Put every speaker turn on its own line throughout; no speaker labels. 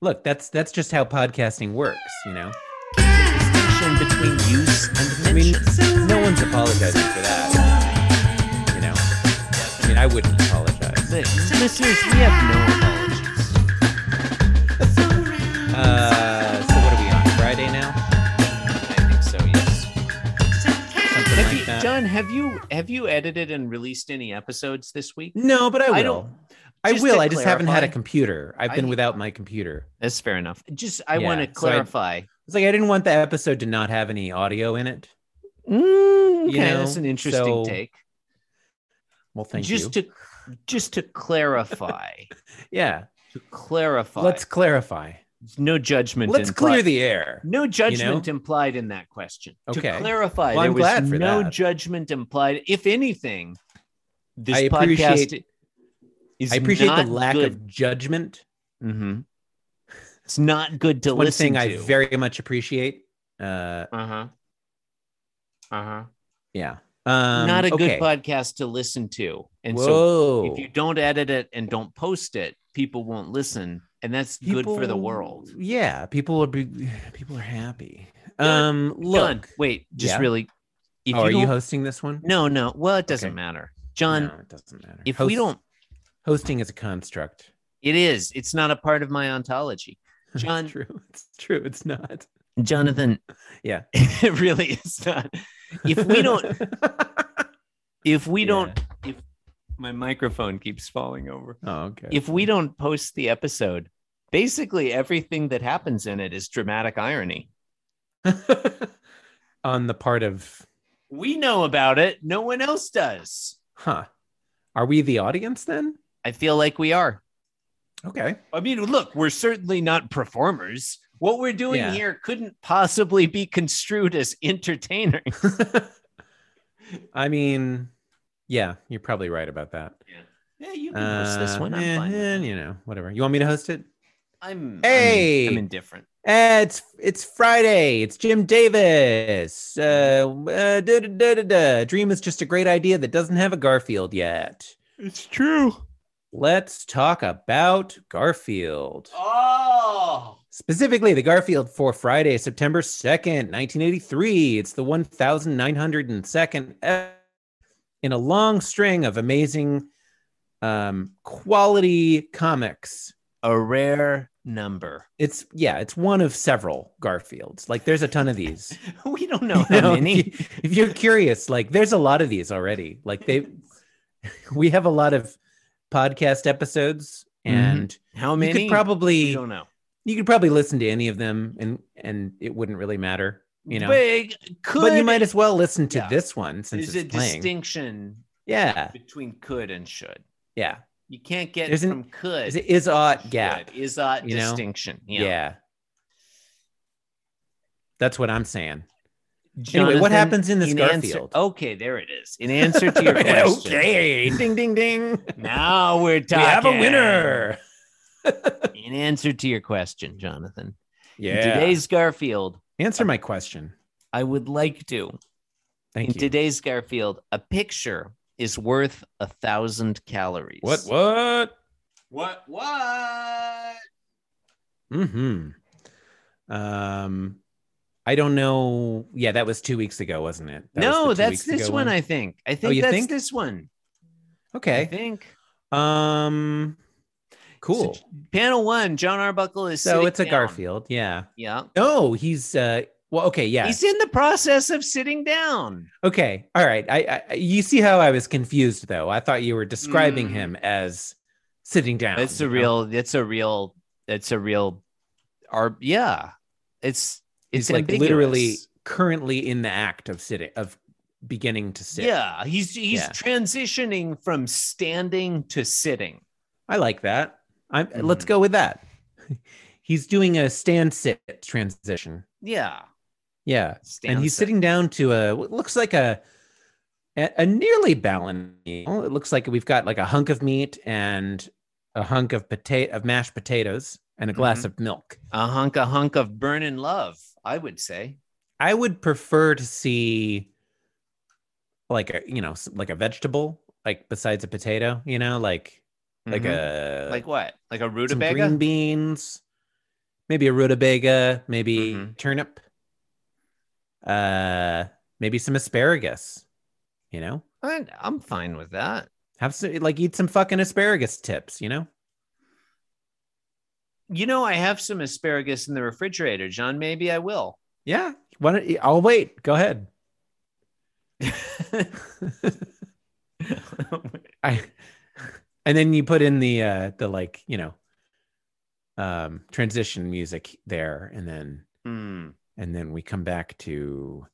look, that's that's just how podcasting works, you know. Distinction between use and I mean, no one's apologizing for that. You know, I mean, I wouldn't apologize.
The listeners, we have no apologies.
Uh, so what are we on Friday now?
I think so. Yes.
Something
Have
like
you,
that.
John, have you have you edited and released any episodes this week?
No, but I will. I,
I don't-
will.
just to
I just haven't had a
clarify,
computer. I've been
I-
without my computer.
That's fair enough. Just I
Yeah,
want to
so I-
clarify.
It's like I didn't want the episode to not have any audio in it.
Mm,
You
okay, that's
know,
an interesting
so
take.
Well, thank you.
just to just to clarify,
yeah,
to clarify.
let's clarify.
no judgment.
Let's clear
implied.
the air.
no judgment implied in that question.
Okay.
To clarify,
Well,
there
I'm
was
glad for
no
that.
judgment implied. If anything, this
I appreciate-
podcast is
I appreciate the
not
lack
good.
of judgment.
Mm-hmm. It's not good to
One thing
listen to.
I very much appreciate. Uh,
uh huh. Uh huh.
yeah. Um,
not a
okay.
good podcast to listen to, and so
Whoa.
if you don't edit it and don't post it, people won't listen, and that's good for the
People-
world.
Yeah, people are be- people are happy.
Done.
Um, look.
John, wait, just
Yeah.
really. If
Oh, are you
don't-
hosting this one?
No, no. Well, it doesn't
Okay.
matter, John.
no, it doesn't matter.
If we
Host-
don't,
hosting is a construct.
it is. It's not a part of my ontology, John.
It's true. It's true. It's not.
Jonathan.
Yeah.
it really is not. If we don't, if we don't, if my microphone keeps falling over.
oh, okay.
If we don't post the episode, basically everything that happens in it is dramatic irony.
on the part of,
We know about it. No one else does.
huh? Are we the audience then?
I feel like we are.
Okay.
I mean, look, we're certainly not performers. What we're doing
Yeah.
here couldn't possibly be construed as entertaining.
I mean, yeah, you're probably right about that.
Yeah, you can host
Uh,
this one. I'm
eh,
fine. with
eh,
it.
you know, whatever. You want me to host it?
I'm,
Hey!
I'm, I'm indifferent.
Eh, it's it's Friday. It's Jim Davis. Uh, uh, da, da, da, da, da. Dream is just a great idea that doesn't have a Garfield yet.
It's true.
Let's talk about Garfield.
Oh,
Specifically, the Garfield for Friday, September 2nd, 1983. It's the 1902nd e- in a long string of amazing um, quality comics.
a rare number.
It's, yeah, it's one of several Garfields. Like, there's a ton of these.
We don't know
You know,
Oh, how many.
If, you, if you're curious, like, there's a lot of these already. Like, they, we have a lot of podcast episodes, and
Mm-hmm. How
you
many?
could probably.
we don't know.
you could probably listen to any of them and and it wouldn't really matter you know but,
Big, could,
you might as well listen to
Yeah.
this one since
There's
it's
a
playing
distinction
yeah
between could and should.
yeah
You can't get
There's an-
from could.
is it is odd gap
Good. Is that
you know?
distinction?
yeah. that's what i'm saying anyway
Jonathan,
what happens in this
in answer-
garfield
okay, there it is. In answer to your question.
okay ding ding ding
Now we're
we
talking.
have a winner
In answer to your question, Jonathan. In
yeah
today's Garfield,
answer my question
I would like to.
thank
in
you
today's Garfield, a picture is worth a thousand calories.
what what
What? What?
Hmm. Um, I don't know. Yeah, that was two weeks ago, wasn't it? That was the
no,
two
that's
weeks
this
ago Oh,
one, I think. I think
you
that's
think?
this one. I
okay.
think.
Um, cool.
So, panel one, John Arbuckle is
So,
sitting
it's a
down.
Garfield. Yeah.
Yeah.
No, he's uh. Well, okay. Yeah.
He's in the process of sitting down.
okay. All right. I, I- I. You see how I was confused though. I thought you were describing
Mm.
him as sitting down.
That's
you
a
know?
real. That's a real. That's a real. Our yeah. It's it's
He's like
ambiguous.
literally currently in the act of sitting of beginning to sit.
Yeah, he's he's
Yeah.
transitioning from standing to sitting.
I like that. I'm
Hmm.
let's go with that. He's doing a stand sit transition.
Yeah,
Yeah.
stand
and he's
sit.
sitting down to a what looks like a a, a nearly balanced meal. It looks like we've got like a hunk of meat and a hunk of potato of mashed potatoes and a glass
Mhm.
of milk.
a hunk a hunk of burning love. I would say.
I would prefer to see like a you know s- like a vegetable like besides a potato, you know, like like
Mhm.
a
like what? Like a
some
rutabaga.
green beans. maybe a rutabaga, maybe
Mhm.
turnip, uh, maybe some asparagus. You know,
I, I'm fine with that.
have some like eat some fucking asparagus tips. You know,
You know, I have some asparagus in the refrigerator, John. Maybe I will.
yeah. Why don't, I'll wait. Go ahead. I and then you put in the uh the like, you know, um transition music there and then
Hmm.
and then we come back to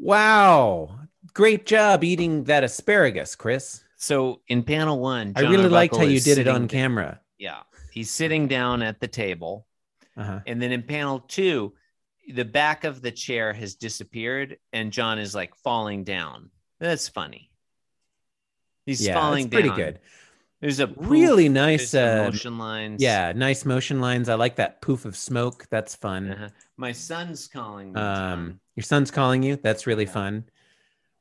Wow. Great job eating that asparagus, Chris.
So in panel one,
I
John
really liked how
Arbuckle
you
is
did it
sitting-
on camera.
Yeah, he's sitting down at the table,
Uh-huh.
and then in panel two, the back of the chair has disappeared, and John is like falling down. That's funny. He's
yeah,
falling
it's pretty
down.
good.
There's a poof,
Really
there's
nice
some
uh
motion lines.
yeah, nice motion lines. I like that poof of smoke. That's fun.
Uh-huh. My son's calling me.
Um,
Um,
your son's calling you. That's really
Yeah.
fun.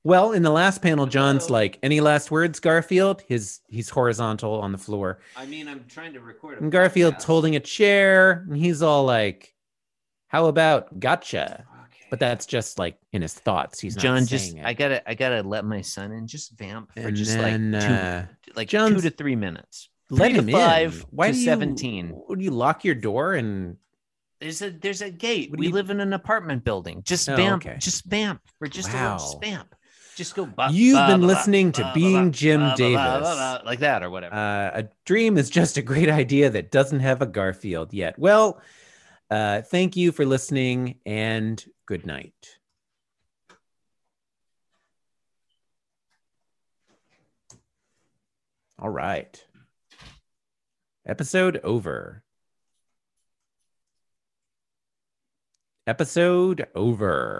Well, in the last panel, John's
Hello.
like, "Any last words, Garfield?" His he's horizontal on the floor,
I mean, I'm trying to record. a
and Garfield's
podcast.
holding a chair, and he's all like, "How about gotcha?"
Okay.
But that's just like in his thoughts. He's not
John,
saying
just
it.
I gotta, I gotta let my son in. Just vamp for
and
just
then,
like two,
uh,
like
John's-
two to three minutes.
let
three to
him
five
in. Why
to
do you,
17.
Would you lock your door and
There's a there's a gate.
What do
We
you-
live in an apartment building. Just
Oh,
vamp,
okay.
just vamp for just a
Wow.
little spamp. Just go. ba-
You've
ba-
been
ba- ba-
listening to
ba- ba-
Being
ba-
Jim
ba- ba- ba- ba-
Davis.
ba- like that or whatever.
Uh, a dream is just a great idea that doesn't have a Garfield yet. Well, uh, thank you for listening and good night. All right. Episode over. Episode over.